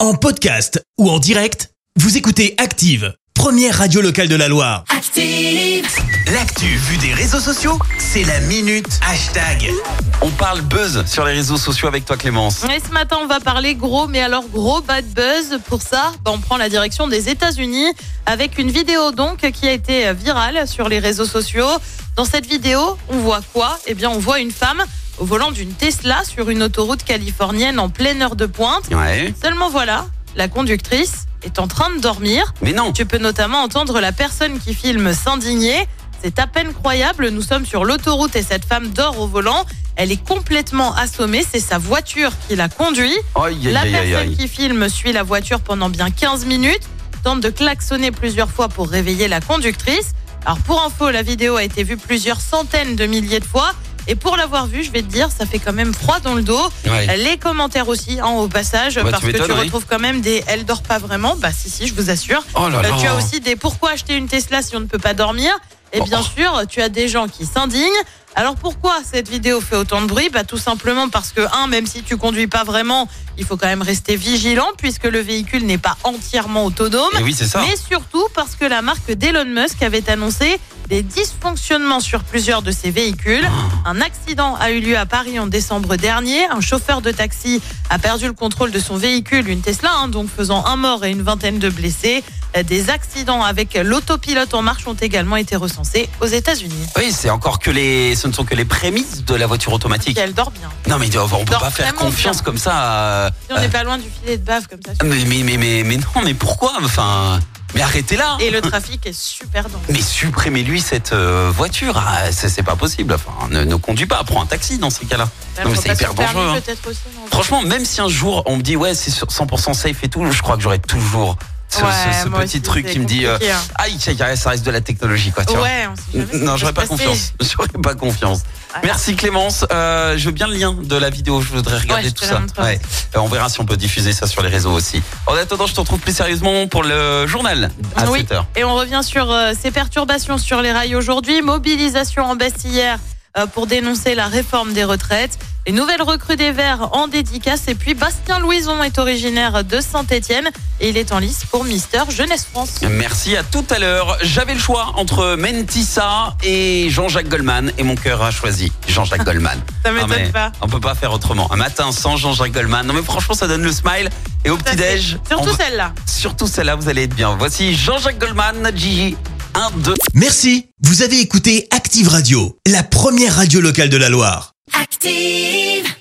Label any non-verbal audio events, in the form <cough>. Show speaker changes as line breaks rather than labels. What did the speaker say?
En podcast ou en direct, vous écoutez Active, première radio locale de la Loire.
Active.
L'actu vue des réseaux sociaux, c'est la minute hashtag. On parle buzz sur les réseaux sociaux avec toi Clémence.
Et ce matin, on va parler gros, mais alors gros bad buzz. Pour ça, bah, on prend la direction des États-Unis avec une vidéo donc qui a été virale sur les réseaux sociaux. Dans cette vidéo, on voit quoi Eh bien, on voit une femme au volant d'une Tesla sur une autoroute californienne en pleine heure de pointe.
Ouais.
Seulement voilà, la conductrice est en train de dormir.
Mais non.
Tu peux notamment entendre la personne qui filme s'indigner. C'est à peine croyable, nous sommes sur l'autoroute et cette femme dort au volant. Elle est complètement assommée, c'est sa voiture qui la conduit.
Aïe, aïe,
La
aïe, aïe,
personne
aïe.
qui filme suit la voiture pendant bien 15 minutes, tente de klaxonner plusieurs fois pour réveiller la conductrice. Alors pour info, la vidéo a été vue plusieurs centaines de milliers de fois. Et pour l'avoir vue, je vais te dire, ça fait quand même froid dans le dos.
Ouais.
Les commentaires aussi, hein, au passage,
Eh. Bah, tu
parce que tu
m'étonnes, oui.
retrouves quand même des elle dort pas vraiment. Bah si, si, je vous assure.
Oh là
Euh,
là.
tu as aussi des pourquoi acheter une Tesla si on ne peut pas dormir. Et bien sûr, tu as des gens qui s'indignent. Alors pourquoi cette vidéo fait autant de bruit bah, Tout simplement parce que, un, même si tu conduis pas vraiment, il faut quand même rester vigilant puisque le véhicule n'est pas entièrement autonome.
Eh oui, c'est ça.
Mais surtout parce que la marque d'Elon Musk avait annoncé des dysfonctionnements sur plusieurs de ses véhicules.
Ah.
Un accident a eu lieu à Paris en décembre dernier. Un chauffeur de taxi a perdu le contrôle de son véhicule, une Tesla, hein, donc faisant un mort et une vingtaine de blessés. Euh, Des accidents avec l'autopilote en marche ont également été recensés aux États-Unis.
Oui, c'est encore que les, ce ne sont que les prémices de la voiture
Et
automatique.
elle dort bien.
Non mais on peut
Dors
pas faire
vraiment
confiance
bien.
comme ça. à-
Si on n'est pas loin du filet de bave comme ça.
Mais, mais, mais, mais, mais non, mais pourquoi Enfin, mais arrêtez là.
Et le trafic est super dense.
Mais supprimez-lui cette euh, voiture. Ah, c'est c'est pas possible. Enfin, ne, ne conduis pas. Prends un taxi dans ces cas-là. Non, mais
Faut
c'est
pas
hyper
se permis,
dangereux, hein.
peut-être aussi, non
Franchement, même si un jour on me dit ouais c'est sur 100% safe et tout, je crois que j'aurai toujours ce, ce-
Ouais,
ce
moi
petit
aussi,
truc
c'est
qui me dit euh,
compliqué, hein.
aïe aïe, aïe, ça reste de la technologie quoi. Tu vois.
Ouais, on sait jamais ce qui
Non, j'aurais
peut se
pas
passer.
confiance. <laughs> J'aurais pas confiance.
Ouais.
Merci Clémence. Euh, je veux bien le lien de la vidéo. Je voudrais regarder
Ouais, je te
tout
la
ça.
montrerai.
Euh, on verra si on peut diffuser ça sur les réseaux aussi. En attendant, je te retrouve plus sérieusement pour le journal à
Oui.
7h.
Et on revient sur euh, ces perturbations sur les rails aujourd'hui. Mobilisation en Basse hier euh, pour dénoncer la réforme des retraites. Les nouvelles recrues des Verts en dédicace. Et puis Bastien Louison est originaire de Saint-Etienne et il est en lice pour Mister Jeunesse France.
Merci à tout à l'heure. J'avais le choix entre Mentissa et Jean-Jacques Goldman et mon cœur a choisi Jean-Jacques Goldman.
<laughs> Ça
Ah, mais On peut pas faire autrement. Un matin sans Jean-Jacques Goldman. Non mais franchement, ça donne le smile. Et au petit déj,
Surtout celle-là.
surtout celle-là, vous allez être bien. Voici Jean-Jacques Goldman, Gigi. 1, 2.
Merci, vous avez écouté Active Radio, la première radio locale de la Loire.
Active.